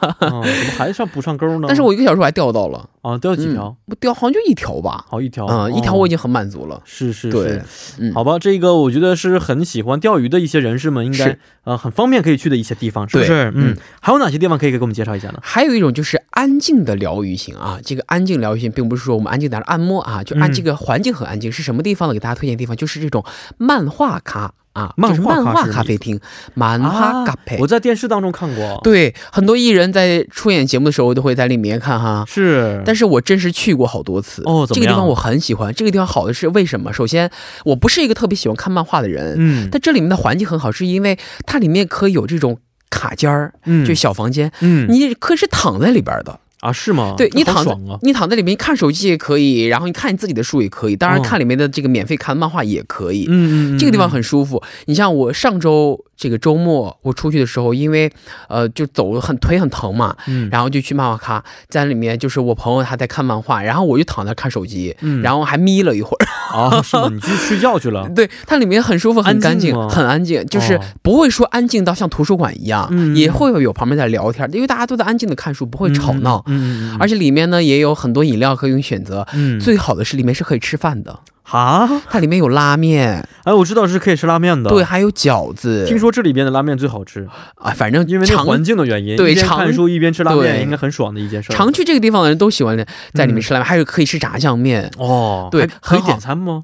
[SPEAKER 2] 啊，怎么还上不上钩呢？
[SPEAKER 3] 但是我一个小时我还钓到了，
[SPEAKER 2] 啊，钓几
[SPEAKER 3] 嗯
[SPEAKER 2] 条？
[SPEAKER 3] 我钓好像就一条吧，
[SPEAKER 2] 好一条，
[SPEAKER 3] 嗯，一条
[SPEAKER 2] 哦
[SPEAKER 3] 我已经很满足了。
[SPEAKER 2] 是是
[SPEAKER 3] 对
[SPEAKER 2] 是，，
[SPEAKER 3] 嗯，
[SPEAKER 2] 好吧，这个我觉得是很喜欢钓鱼的一些人士们应该
[SPEAKER 3] 是
[SPEAKER 2] 呃很方便可以去的一些地方，是不
[SPEAKER 3] 对
[SPEAKER 2] 是？嗯
[SPEAKER 3] 嗯，
[SPEAKER 2] 还有哪些地方可以给我们介绍一下呢？
[SPEAKER 3] 还有一种就是安静的疗愈型啊，这个安静疗愈型并不是说我们安静在那儿按摩啊，就按
[SPEAKER 2] 嗯
[SPEAKER 3] 这个环境很安静，是什么地方呢？给大家推荐的地方就是这种漫画咖啊，
[SPEAKER 2] 漫
[SPEAKER 3] 就是
[SPEAKER 2] 画咖
[SPEAKER 3] 漫画
[SPEAKER 2] 是
[SPEAKER 3] 咖
[SPEAKER 2] 什么意啊
[SPEAKER 3] 啡厅，漫画咖啡。
[SPEAKER 2] 我在电视当中看过，，
[SPEAKER 3] 对，很多艺人在出演节目的时候都会在里面看哈。
[SPEAKER 2] 是，
[SPEAKER 3] 但
[SPEAKER 2] 是
[SPEAKER 3] 是我真是去过好多次
[SPEAKER 2] 嗯哦怎
[SPEAKER 3] 这
[SPEAKER 2] 么
[SPEAKER 3] 个
[SPEAKER 2] 样
[SPEAKER 3] 地方我很喜欢。这个地方好的是为什么？首先，我不是一个特别喜欢看漫画的人，
[SPEAKER 2] 嗯，
[SPEAKER 3] 但这里面的环境很好，是因为它里面可以有这种卡间儿，
[SPEAKER 2] 嗯
[SPEAKER 3] 就小房间，
[SPEAKER 2] 嗯
[SPEAKER 3] 你可以是躺在里边的。
[SPEAKER 2] 啊是吗？
[SPEAKER 3] 对
[SPEAKER 2] 这
[SPEAKER 3] 你
[SPEAKER 2] 好
[SPEAKER 3] 躺在、
[SPEAKER 2] 爽啊，
[SPEAKER 3] 你躺在里面看手机也可以，然后你看你自己的书也可以，当然
[SPEAKER 2] 哦
[SPEAKER 3] 看里面的这个免费看漫画也可以。
[SPEAKER 2] 嗯嗯，
[SPEAKER 3] 这个地方
[SPEAKER 2] 嗯
[SPEAKER 3] 很舒服。你像我上周这个周末我出去的时候，因为呃就走了很腿很疼嘛，
[SPEAKER 2] 嗯，
[SPEAKER 3] 然后就去漫画咖，在里面就是我朋友他在看漫画，然后我就躺那看手机，
[SPEAKER 2] 嗯
[SPEAKER 3] 然后还眯了一会儿。？
[SPEAKER 2] 啊是吗？你去睡觉去了
[SPEAKER 3] 对，它里面很舒服，很干
[SPEAKER 2] 安
[SPEAKER 3] 净
[SPEAKER 2] 静，吗
[SPEAKER 3] 很安静，就是
[SPEAKER 2] 哦
[SPEAKER 3] 不会说安静到像图书馆一样，
[SPEAKER 2] 嗯
[SPEAKER 3] 也会有旁边在聊天，因为大家都在安静的看书，不会吵闹。
[SPEAKER 2] 嗯，嗯嗯嗯
[SPEAKER 3] 而且里面呢也有很多饮料可以选择，
[SPEAKER 2] 嗯
[SPEAKER 3] 最好的是里面是可以吃饭的，
[SPEAKER 2] 啊，
[SPEAKER 3] 它里面有拉面，
[SPEAKER 2] 哎，我知道是可以吃拉面的，
[SPEAKER 3] 对，，还有饺子。
[SPEAKER 2] 听说这里边的拉面最好吃，
[SPEAKER 3] 啊，反正
[SPEAKER 2] 因为那
[SPEAKER 3] 常
[SPEAKER 2] 环境的原因，
[SPEAKER 3] 对
[SPEAKER 2] 一边
[SPEAKER 3] 常
[SPEAKER 2] 看书一边吃拉面
[SPEAKER 3] 对
[SPEAKER 2] 应该很爽的一件事儿。
[SPEAKER 3] 常去这个地方的人都喜欢在里
[SPEAKER 2] 嗯
[SPEAKER 3] 面吃拉面，还有可以吃炸酱面。
[SPEAKER 2] 哦，
[SPEAKER 3] 对
[SPEAKER 2] 还可以
[SPEAKER 3] 很好
[SPEAKER 2] 点餐吗？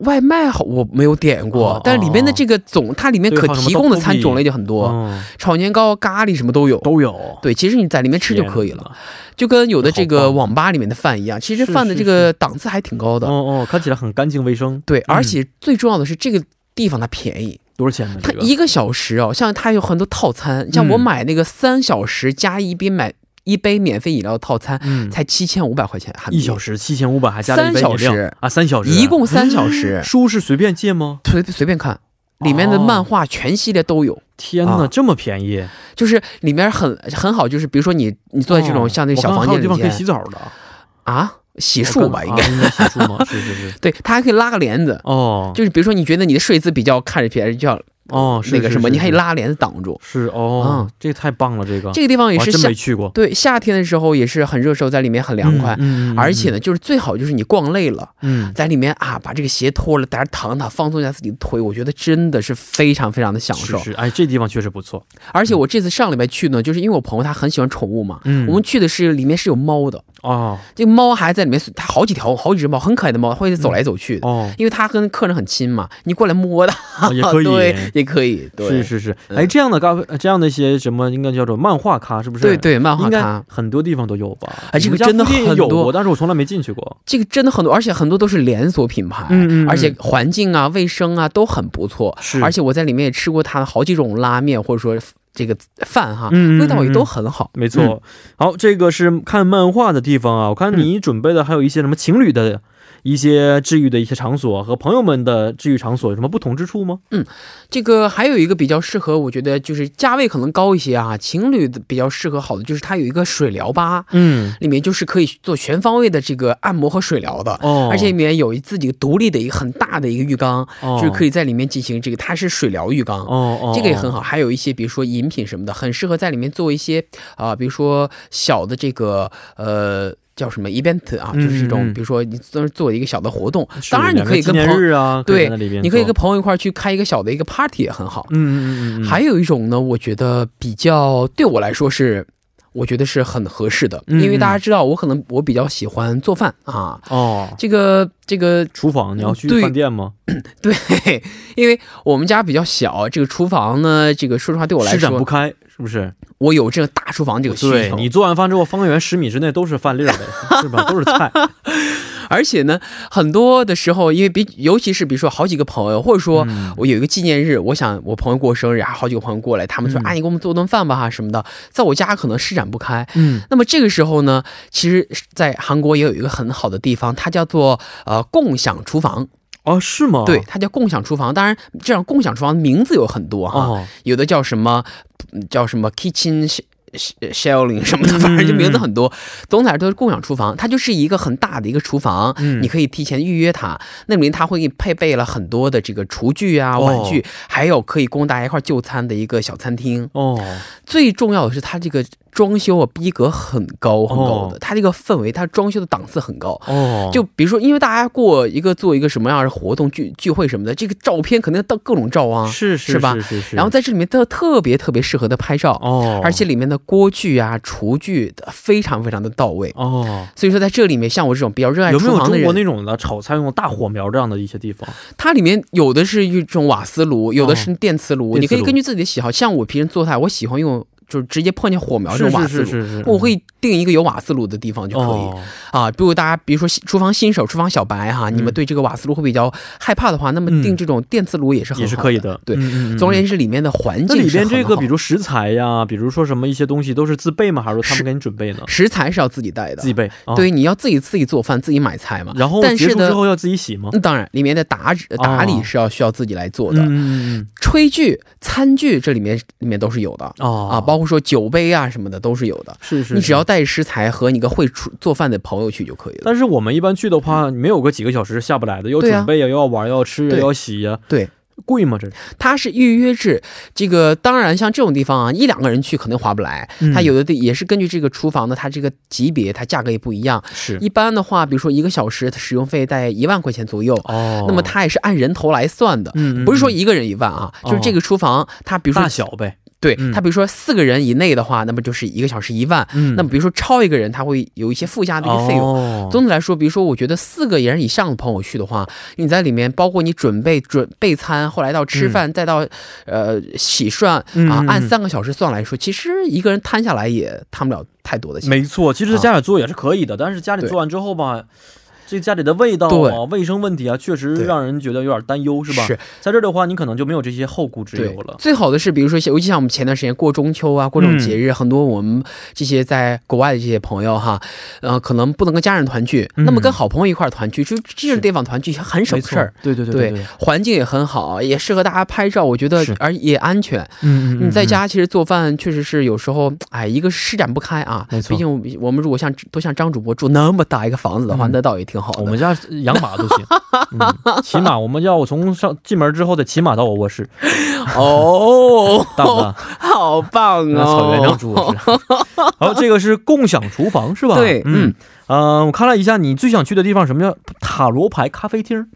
[SPEAKER 3] 外卖好，我没有点过，
[SPEAKER 2] 哦
[SPEAKER 3] 但是里面的这个总，它里面可提供的餐种类就很多，
[SPEAKER 2] 嗯，
[SPEAKER 3] 炒年糕、咖喱什么都有。
[SPEAKER 2] 都有，
[SPEAKER 3] 对，其实你在里面吃就可以
[SPEAKER 2] 天
[SPEAKER 3] 了，
[SPEAKER 2] 哪。
[SPEAKER 3] 就跟有的这
[SPEAKER 2] 好
[SPEAKER 3] 个
[SPEAKER 2] 棒
[SPEAKER 3] 网吧里面的饭一样，其实
[SPEAKER 2] 是
[SPEAKER 3] 饭的
[SPEAKER 2] 是
[SPEAKER 3] 这个档次还挺高的。
[SPEAKER 2] 哦哦，看起来很干净卫生，
[SPEAKER 3] 对，而且最重要的是这个。地方它便宜，
[SPEAKER 2] 多少钱呢？
[SPEAKER 3] 它
[SPEAKER 2] 这个
[SPEAKER 3] 一个小时哦，像它有很多套餐，像我
[SPEAKER 2] 啊嗯
[SPEAKER 3] 买那个三小时加一杯买一杯免费饮料的套餐，
[SPEAKER 2] 嗯，
[SPEAKER 3] 才七千五百块钱韩币，
[SPEAKER 2] 一小时七千五百，还加了一杯
[SPEAKER 3] 三小
[SPEAKER 2] 饮
[SPEAKER 3] 时
[SPEAKER 2] 料啊，三小时，，
[SPEAKER 3] 一共三小 时
[SPEAKER 2] 书是随便借吗？
[SPEAKER 3] 随随便看，里面的
[SPEAKER 2] 哦
[SPEAKER 3] 漫画全系列都有，
[SPEAKER 2] 天哪，
[SPEAKER 3] 啊
[SPEAKER 2] 这么便宜！
[SPEAKER 3] 就是里面很很好，就是比如说你你坐在这种
[SPEAKER 2] 哦
[SPEAKER 3] 像那个
[SPEAKER 2] 我
[SPEAKER 3] 小
[SPEAKER 2] 看
[SPEAKER 3] 房
[SPEAKER 2] 还有地
[SPEAKER 3] 间里
[SPEAKER 2] 方可以
[SPEAKER 3] 面
[SPEAKER 2] 洗澡的，
[SPEAKER 3] 啊，洗
[SPEAKER 2] 我
[SPEAKER 3] 漱
[SPEAKER 2] 看
[SPEAKER 3] 吧应
[SPEAKER 2] 啊
[SPEAKER 3] 该，
[SPEAKER 2] 应该洗漱吗？是是是，
[SPEAKER 3] 对，它还可以拉个帘子，
[SPEAKER 2] 哦
[SPEAKER 3] 就是比如说你觉得你的睡姿比较看着别人就要
[SPEAKER 2] 哦，是
[SPEAKER 3] 那个
[SPEAKER 2] 是
[SPEAKER 3] 什么，
[SPEAKER 2] 是
[SPEAKER 3] 你可以
[SPEAKER 2] 是
[SPEAKER 3] 拉个帘子挡住。
[SPEAKER 2] 是哦
[SPEAKER 3] 嗯，
[SPEAKER 2] 这太棒了，这个
[SPEAKER 3] 这个地方也
[SPEAKER 2] 我还
[SPEAKER 3] 是
[SPEAKER 2] 真
[SPEAKER 3] 夏
[SPEAKER 2] 没去过，
[SPEAKER 3] 对夏天的时候也是很热的时候，在里面很凉快。
[SPEAKER 2] 嗯，嗯嗯
[SPEAKER 3] 而且呢，就是最好就是你逛累了，
[SPEAKER 2] 嗯，
[SPEAKER 3] 在里面啊，把这个鞋脱了，在那儿躺躺，放松一下自己的腿，我觉得真的是非常非常的享
[SPEAKER 2] 是
[SPEAKER 3] 受。
[SPEAKER 2] 是，哎，这地方确实不错，
[SPEAKER 3] 而且我这次上礼拜去呢，就是因为我朋友他很喜欢宠物嘛，
[SPEAKER 2] 嗯
[SPEAKER 3] 我们去的是里面是有猫的，
[SPEAKER 2] 哦
[SPEAKER 3] 这个猫还在里面，它好几条，好几只猫，很可爱的猫，会走来走去的。
[SPEAKER 2] 嗯 哦，
[SPEAKER 3] 因为它跟客人很亲嘛，你过来摸它、
[SPEAKER 2] 哦也可以，
[SPEAKER 3] 啊 对，也可以，对，嗯
[SPEAKER 2] 是是是，哎，这样的咖啡，呃这样的一些什么应该叫做漫画咖，是不是？
[SPEAKER 3] 对，对，漫
[SPEAKER 2] 应
[SPEAKER 3] 画
[SPEAKER 2] 该
[SPEAKER 3] 咖，
[SPEAKER 2] 很多地方都有吧？
[SPEAKER 3] 哎这
[SPEAKER 2] 我
[SPEAKER 3] 个
[SPEAKER 2] 们家
[SPEAKER 3] 真的
[SPEAKER 2] 附近也
[SPEAKER 3] 很
[SPEAKER 2] 有
[SPEAKER 3] 多
[SPEAKER 2] 过，但是我从来没进去过。
[SPEAKER 3] 这个真的很多，而且很多都是连锁品牌，
[SPEAKER 2] 嗯嗯嗯
[SPEAKER 3] 哎而且环境啊、卫生啊都很不错，
[SPEAKER 2] 是
[SPEAKER 3] 而且我在里面也吃过它的好几种拉面，或者说这个饭哈，
[SPEAKER 2] 嗯嗯嗯
[SPEAKER 3] 味道也都很好。
[SPEAKER 2] 没错、好，这个是看漫画的地方啊。我
[SPEAKER 3] 嗯
[SPEAKER 2] 看你准备的还有一些什么情侣的一些治愈的一些场所和朋友们的治愈场所有什么不同之处吗？
[SPEAKER 3] 这个还有一个比较适合，我觉得就是价位可能高一些啊，情侣的比较适合好的就是它有一个水疗吧，
[SPEAKER 2] 嗯，
[SPEAKER 3] 里面就是可以做全方位的这个按摩和水疗的。
[SPEAKER 2] 哦，
[SPEAKER 3] 而且里面有自己独立的一个很大的一个浴缸，
[SPEAKER 2] 哦
[SPEAKER 3] 就是可以在里面进行这个，它是水疗浴缸，
[SPEAKER 2] 哦哦，
[SPEAKER 3] 这个也很好，还有一些比如说饮品什么的，很适合在里面做一些啊、比如说小的这个呃叫什么 event 啊，
[SPEAKER 2] 嗯
[SPEAKER 3] 就是这
[SPEAKER 2] 嗯
[SPEAKER 3] 种，
[SPEAKER 2] 嗯
[SPEAKER 3] 比如说你做做一个小的活动
[SPEAKER 2] 是。
[SPEAKER 3] 当然你可以
[SPEAKER 2] 两个纪
[SPEAKER 3] 跟
[SPEAKER 2] 念
[SPEAKER 3] 朋友，
[SPEAKER 2] 日啊，
[SPEAKER 3] 对
[SPEAKER 2] 以在那里边做，
[SPEAKER 3] 你可以跟朋友一块儿去开一个小的一个 party 也很好。
[SPEAKER 2] 嗯嗯嗯嗯，
[SPEAKER 3] 还有一种呢，我觉得比较对我来说是。我觉得是很合适的，
[SPEAKER 2] 嗯
[SPEAKER 3] 因为
[SPEAKER 2] 嗯
[SPEAKER 3] 大家知道我可能我比较喜欢做饭啊，
[SPEAKER 2] 哦，
[SPEAKER 3] 这个这个
[SPEAKER 2] 厨房你要去
[SPEAKER 3] 嗯对
[SPEAKER 2] 饭店吗？
[SPEAKER 3] 对， 因为我们家比较小，这个厨房呢，这个说实话对我来
[SPEAKER 2] 施展不
[SPEAKER 3] 说，
[SPEAKER 2] 开，是不是？
[SPEAKER 3] 我有这个大厨房这个需
[SPEAKER 2] 对
[SPEAKER 3] 求，
[SPEAKER 2] 你做完饭之后，方圆十米之内都是饭粒儿呗，是吧？都是 菜。
[SPEAKER 3] 而且呢，很多的时候，因为比尤其是比如说好几个朋友，或者说
[SPEAKER 2] 嗯
[SPEAKER 3] 我有一个纪念日，我想我朋友过生日，啊，好几个朋友过来，他们说、
[SPEAKER 2] 嗯
[SPEAKER 3] 啊，你给我们做顿饭吧哈什么的，在我家可能施展不开。
[SPEAKER 2] 嗯，
[SPEAKER 3] 那么这个时候呢，其实，在韩国也有一个很好的地方，它叫做呃共享厨房，
[SPEAKER 2] 哦，是吗？
[SPEAKER 3] 对，，它叫共享厨房。当然，这样共享厨房的名字有很多哈，
[SPEAKER 2] 哦，
[SPEAKER 3] 有的叫什么嗯叫什么 kitchen sh- sh- sharing 什么的，反正
[SPEAKER 2] 嗯
[SPEAKER 3] 就名字很多。总体来说都是共享厨房，它就是一个很大的一个厨房，
[SPEAKER 2] 嗯
[SPEAKER 3] 你可以提前预约它。那里面它会给你配备了很多的这个厨具啊、
[SPEAKER 2] 哦
[SPEAKER 3] 碗具，还有可以供大家一块儿就餐的一个小餐厅。
[SPEAKER 2] 哦，
[SPEAKER 3] 最重要的是，它这个装修啊逼格很高很高的，
[SPEAKER 2] 哦
[SPEAKER 3] 它这个氛围，它装修的档次很高。
[SPEAKER 2] 哦，
[SPEAKER 3] 就比如说，因为大家过一个做一个什么样的活动聚聚会什么的，这个照片肯定到各种照啊，
[SPEAKER 2] 是是
[SPEAKER 3] 是吧
[SPEAKER 2] 是是是。
[SPEAKER 3] 然后在这里面特特别特别适合的拍照，
[SPEAKER 2] 哦，
[SPEAKER 3] 而且里面的锅具啊、厨具呃非常非常的到位。
[SPEAKER 2] 哦，
[SPEAKER 3] 所以说，在这里面，像我这种比较热爱
[SPEAKER 2] 有没有
[SPEAKER 3] 厨房的
[SPEAKER 2] 中国
[SPEAKER 3] 人，
[SPEAKER 2] 那种的炒菜用大火苗这样的一些地方？
[SPEAKER 3] 它里面有的是一种瓦斯炉，有的是电磁炉，
[SPEAKER 2] 哦电
[SPEAKER 3] 你
[SPEAKER 2] 磁
[SPEAKER 3] 可以
[SPEAKER 2] 炉
[SPEAKER 3] 根据自己的喜好。像我平时做菜，我喜欢用就是直接碰见火苗这
[SPEAKER 2] 是
[SPEAKER 3] 种瓦
[SPEAKER 2] 是
[SPEAKER 3] 斯炉，
[SPEAKER 2] 是是是，
[SPEAKER 3] 我会定一个有瓦斯炉的地方就可以、
[SPEAKER 2] 哦，
[SPEAKER 3] 啊。比如大家，比如说新厨房新手、厨房小白哈，你们对这个瓦斯炉会比较害怕的话，那么
[SPEAKER 2] 嗯
[SPEAKER 3] 定这种电磁炉也是很
[SPEAKER 2] 也是
[SPEAKER 3] 好
[SPEAKER 2] 可以
[SPEAKER 3] 的。
[SPEAKER 2] 的。
[SPEAKER 3] 对
[SPEAKER 2] 嗯，嗯嗯
[SPEAKER 3] 总而言之，里面的环
[SPEAKER 2] 那
[SPEAKER 3] 境
[SPEAKER 2] 里
[SPEAKER 3] 是
[SPEAKER 2] 边这
[SPEAKER 3] 很
[SPEAKER 2] 个，
[SPEAKER 3] 好
[SPEAKER 2] 比如食材呀，比如说什么一些东西，都是自备吗？还是说他们
[SPEAKER 3] 是
[SPEAKER 2] 给你准备呢？
[SPEAKER 3] 食材是要自己带的，
[SPEAKER 2] 啊自己备。啊，
[SPEAKER 3] 对，你要自己自己做饭，自己买菜嘛。
[SPEAKER 2] 然后
[SPEAKER 3] 但
[SPEAKER 2] 结
[SPEAKER 3] 是
[SPEAKER 2] 束之
[SPEAKER 3] 呢，
[SPEAKER 2] 后要自己洗吗？
[SPEAKER 3] 嗯当然里面的打理打理
[SPEAKER 2] 哦
[SPEAKER 3] 是要需要自己来做
[SPEAKER 2] 嗯
[SPEAKER 3] 的，
[SPEAKER 2] 嗯嗯
[SPEAKER 3] 炊具、餐具这里面里面都是有的、
[SPEAKER 2] 嗯。哦
[SPEAKER 3] 啊，包括说酒杯啊什么的都是有的。
[SPEAKER 2] 是是，
[SPEAKER 3] 你只
[SPEAKER 2] 是
[SPEAKER 3] 要带食材和你个会厨做饭的朋友去就可以了。
[SPEAKER 2] 但是我们一般去的话，没有个几个小时是下不来的，又
[SPEAKER 3] 对啊
[SPEAKER 2] 准备呀，又要玩，又要吃呀，
[SPEAKER 3] 对
[SPEAKER 2] 又要洗呀。
[SPEAKER 3] 对，
[SPEAKER 2] 贵吗？这是
[SPEAKER 3] 它是预约制，这个当然像这种地方啊，一两个人去可能划不来，
[SPEAKER 2] 嗯
[SPEAKER 3] 它有的地也是根据这个厨房的它这个级别，它价格也不一样。
[SPEAKER 2] 是
[SPEAKER 3] 一般的话，比如说一个小时，它使用费在一万块钱左右，
[SPEAKER 2] 哦，
[SPEAKER 3] 那么它也是按人头来算的。
[SPEAKER 2] 嗯，嗯
[SPEAKER 3] 不是说
[SPEAKER 2] 嗯
[SPEAKER 3] 一个人一万啊，
[SPEAKER 2] 哦
[SPEAKER 3] 就是这个厨房，它比如说
[SPEAKER 2] 大小呗，
[SPEAKER 3] 对
[SPEAKER 2] 嗯
[SPEAKER 3] 它，比如说四个人以内的话，那么就是一个小时一万。
[SPEAKER 2] 嗯，哦
[SPEAKER 3] 那么比如说超一个人，它会有一些附加的一个费用。
[SPEAKER 2] 用
[SPEAKER 3] 总体来说，比如说，我觉得四个人以上的朋友去的话，你在里面包括你准备准备餐，后来到吃饭，再到呃洗涮
[SPEAKER 2] 嗯
[SPEAKER 3] 啊
[SPEAKER 2] 嗯，
[SPEAKER 3] 按
[SPEAKER 2] 嗯
[SPEAKER 3] 三个小时算来说，其实一个人摊下来也摊不了太多的钱。
[SPEAKER 2] 没错，其实在家里做也是可以的，但是家里
[SPEAKER 3] 啊对
[SPEAKER 2] 做完之后吧，这家里的味道啊、
[SPEAKER 3] 对
[SPEAKER 2] 卫生问题啊，确实
[SPEAKER 3] 对
[SPEAKER 2] 让人觉得有点担忧，是吧？
[SPEAKER 3] 是
[SPEAKER 2] 在这儿的话，你可能就没有这些后顾之
[SPEAKER 3] 对
[SPEAKER 2] 忧，了。
[SPEAKER 3] 最好的是，比如说，尤其像我们前段时间过中秋啊，过这种
[SPEAKER 2] 嗯
[SPEAKER 3] 节日，很多我们这些在国外的这些朋友哈，呃，可能不能跟家人团聚，
[SPEAKER 2] 嗯
[SPEAKER 3] 那么跟好朋友一块儿团聚，就这
[SPEAKER 2] 是
[SPEAKER 3] 种地方团聚很省
[SPEAKER 2] 没
[SPEAKER 3] 事儿
[SPEAKER 2] 错，，对对对对，
[SPEAKER 3] 环境也很好，也适合大家拍照，我觉得
[SPEAKER 2] 是，
[SPEAKER 3] 而也安全。
[SPEAKER 2] 嗯
[SPEAKER 3] 你在，家其实做饭确实是有时候，哎，一个是施展不开啊。
[SPEAKER 2] 没错
[SPEAKER 3] 毕竟我们我们如果像都像张主播住那么大一个房子的话，
[SPEAKER 2] 嗯
[SPEAKER 3] 那倒也挺好的。
[SPEAKER 2] 我 们家养马都 行，嗯、骑马，我们要我从上进门之后再骑马到我卧室，
[SPEAKER 3] 哦，
[SPEAKER 2] 大不大？
[SPEAKER 3] 好棒
[SPEAKER 2] 那
[SPEAKER 3] 哦！
[SPEAKER 2] 草原上住卧室。 好，这个是共享厨房是吧？
[SPEAKER 3] 对，嗯，
[SPEAKER 2] 呃，我看了一下，你最想去的地方什么叫塔罗牌咖啡厅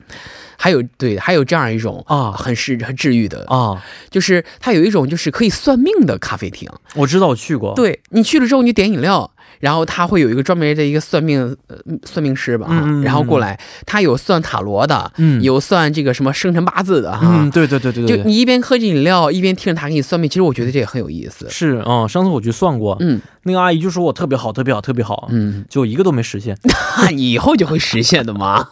[SPEAKER 3] 还有对，还有这样一种
[SPEAKER 2] 啊
[SPEAKER 3] 很是很治愈的，
[SPEAKER 2] 啊？
[SPEAKER 3] 就是它有一种就是可以算命的咖啡厅。
[SPEAKER 2] 我知道我去过，
[SPEAKER 3] 对你去了之后，你就点饮料，然后它会有一个专门的一个算命呃算命师吧，
[SPEAKER 2] 嗯嗯嗯
[SPEAKER 3] 然后过来，他有算塔罗的，
[SPEAKER 2] 嗯
[SPEAKER 3] 有算这个什么生辰八字的哈。
[SPEAKER 2] 嗯，对对对对对
[SPEAKER 3] 就
[SPEAKER 2] 对，
[SPEAKER 3] 你一边喝着饮料，一边听着他给你算命，其实我觉得这也很有意思。
[SPEAKER 2] 是啊、嗯上次我去算过，
[SPEAKER 3] 嗯
[SPEAKER 2] 那个阿姨就说我特别好，特别好，特别好，
[SPEAKER 3] 嗯，
[SPEAKER 2] 就一个都没实现。
[SPEAKER 3] 那你以后就会实现的 嘛。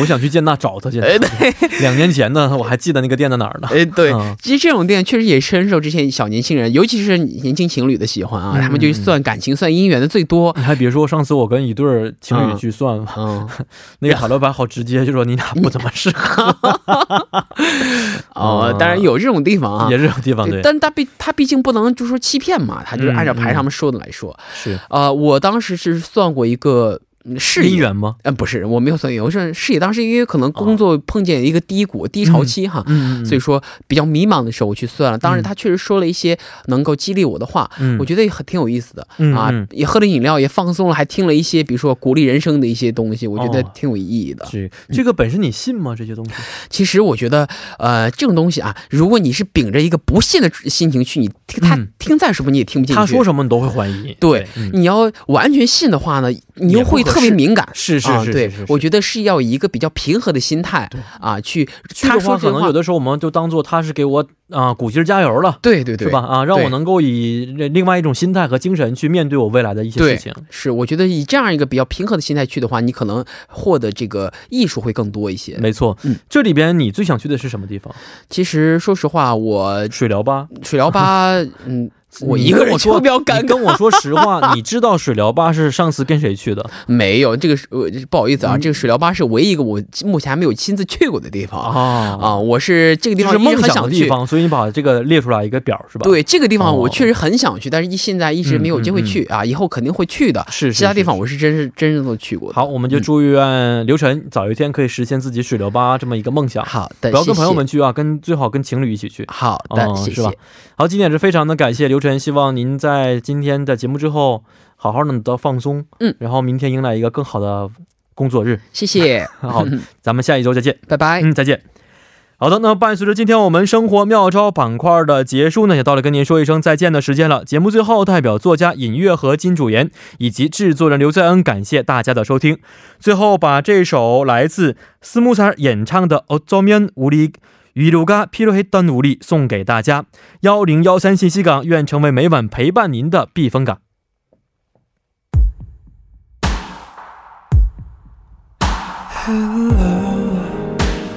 [SPEAKER 2] 我想去建大找她去。
[SPEAKER 3] 哎，对，
[SPEAKER 2] 两年前呢，我还记得那个店在哪儿呢。
[SPEAKER 3] 哎，对
[SPEAKER 2] 嗯，
[SPEAKER 3] 其实这种店确实也深受这些小年轻人，尤其是年轻情侣的喜欢啊。
[SPEAKER 2] 嗯
[SPEAKER 3] 他们就算感情、算姻缘的最多。
[SPEAKER 2] 你还别说，上次我跟一对儿情侣去算，
[SPEAKER 3] 嗯，
[SPEAKER 2] 那个塔罗牌好直接，就说你俩不怎么适合，
[SPEAKER 3] 哦，当然有这种地方啊。
[SPEAKER 2] 也是有地方
[SPEAKER 3] 对，
[SPEAKER 2] 对，
[SPEAKER 3] 但是他毕他毕竟不能就说欺骗嘛，他就是
[SPEAKER 2] 嗯
[SPEAKER 3] 按照牌上面说的来说。
[SPEAKER 2] 是
[SPEAKER 3] 呃，我当时是算过一个嗯事
[SPEAKER 2] 姻
[SPEAKER 3] 业，
[SPEAKER 2] 缘吗？
[SPEAKER 3] 嗯，不是，我没有算姻缘，我是事业。当时因为可能工作碰见一个低谷、低潮期哈，
[SPEAKER 2] 嗯
[SPEAKER 3] 所以说比较迷茫的时候，我去算了。当时他确实说了一些能够激励我的话，
[SPEAKER 2] 嗯
[SPEAKER 3] 我觉得也很挺有意思的、
[SPEAKER 2] 嗯
[SPEAKER 3] 啊
[SPEAKER 2] 嗯。
[SPEAKER 3] 也喝了饮料，也放松了，还听了一些比如说鼓励人生的一些东西，我觉得
[SPEAKER 2] 哦
[SPEAKER 3] 挺有意义的。
[SPEAKER 2] 是这个本身你信吗？这些东西？
[SPEAKER 3] 其实我觉得，呃，这种东西啊，如果你是秉着一个不信的心情去，你听他
[SPEAKER 2] 嗯
[SPEAKER 3] 听再什么你也听不进去。
[SPEAKER 2] 他说什么你都会怀疑。
[SPEAKER 3] 对
[SPEAKER 2] 嗯
[SPEAKER 3] 你要完全信的话呢，你又
[SPEAKER 2] 也不
[SPEAKER 3] 会
[SPEAKER 2] 合
[SPEAKER 3] 特别
[SPEAKER 2] 适
[SPEAKER 3] 敏感。
[SPEAKER 2] 是是
[SPEAKER 3] 啊，
[SPEAKER 2] 是
[SPEAKER 3] 对
[SPEAKER 2] 是是，
[SPEAKER 3] 我觉得是要一个比较平和的心态啊，去
[SPEAKER 2] 去
[SPEAKER 3] 他
[SPEAKER 2] 的
[SPEAKER 3] 说
[SPEAKER 2] 话，
[SPEAKER 3] 这
[SPEAKER 2] 可能有
[SPEAKER 3] 话，
[SPEAKER 2] 的时候我们就当做他是给我啊、鼓劲儿加油了。
[SPEAKER 3] 对对对，
[SPEAKER 2] 是吧？？啊，让我
[SPEAKER 3] 对
[SPEAKER 2] 能够以另外一种心态和精神去面对我未来的一些
[SPEAKER 3] 对
[SPEAKER 2] 事情。
[SPEAKER 3] 是，我觉得以这样一个比较平和的心态去的话，你可能获得这个艺术会更多一些。
[SPEAKER 2] 没错，
[SPEAKER 3] 嗯
[SPEAKER 2] 这里边你最想去的是什么地方？
[SPEAKER 3] 其实说实话，我
[SPEAKER 2] 水疗吧，
[SPEAKER 3] 水疗 吧，嗯，我
[SPEAKER 2] 你
[SPEAKER 3] 一个
[SPEAKER 2] 跟
[SPEAKER 3] 人
[SPEAKER 2] 我
[SPEAKER 3] 去
[SPEAKER 2] 说
[SPEAKER 3] 比较尴
[SPEAKER 2] 你
[SPEAKER 3] 尬。
[SPEAKER 2] 跟我说实话，你知道水疗吧是上次跟谁去的
[SPEAKER 3] 没有这个是，呃不好意思
[SPEAKER 2] 嗯
[SPEAKER 3] 啊，这个水疗吧是唯一一个我目前还没有亲自去过的地方啊。
[SPEAKER 2] 啊？
[SPEAKER 3] 我是这个地
[SPEAKER 2] 就
[SPEAKER 3] 方
[SPEAKER 2] 是
[SPEAKER 3] 一直
[SPEAKER 2] 梦
[SPEAKER 3] 很
[SPEAKER 2] 想的
[SPEAKER 3] 想
[SPEAKER 2] 地
[SPEAKER 3] 去。
[SPEAKER 2] 方，所以你把这个列出来一个表是吧？，
[SPEAKER 3] 对这个地方，我
[SPEAKER 2] 哦嗯
[SPEAKER 3] 确实很想去，但是一现在一直没有机会去啊，以后肯定会去的。
[SPEAKER 2] 是是
[SPEAKER 3] 其他地
[SPEAKER 2] 是
[SPEAKER 3] 方我是嗯真是真正的去过的。
[SPEAKER 2] 好，我们就祝愿刘晨早一天可以实现自己水疗吧这么一个梦想。
[SPEAKER 3] 好的，
[SPEAKER 2] 不要
[SPEAKER 3] 谢
[SPEAKER 2] 跟
[SPEAKER 3] 谢
[SPEAKER 2] 朋友们去啊，跟最好跟情侣一起去。
[SPEAKER 3] 好的，
[SPEAKER 2] 嗯
[SPEAKER 3] 谢
[SPEAKER 2] 是吧
[SPEAKER 3] 谢。？
[SPEAKER 2] 好，今天也是非常的感谢刘晨，希望您在今天的节目之后好好的得到放松，
[SPEAKER 3] 嗯，
[SPEAKER 2] 然后明天迎来一个更好的工作日。
[SPEAKER 3] 谢谢，
[SPEAKER 2] 好，咱们下一周再见，
[SPEAKER 3] 拜拜。
[SPEAKER 2] 嗯，再见。好的，那么伴随着今天我们生活妙招板块的结束呢，也到了跟您说一声再见的时间了。节目最后，代表作家尹月和金主妍以及制作人刘在恩，感谢大家的收听。最后，把这首来自斯木塞尔演唱的《어쩌면우리위로가필요했던우리》送给大家。幺零幺三信息港，愿成为每晚陪伴您的避风港。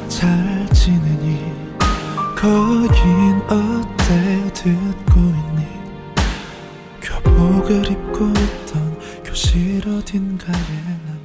[SPEAKER 4] 잘 지내니 거긴 어때 듣고 있니 교복을 입고 있던 교실 어딘가에 난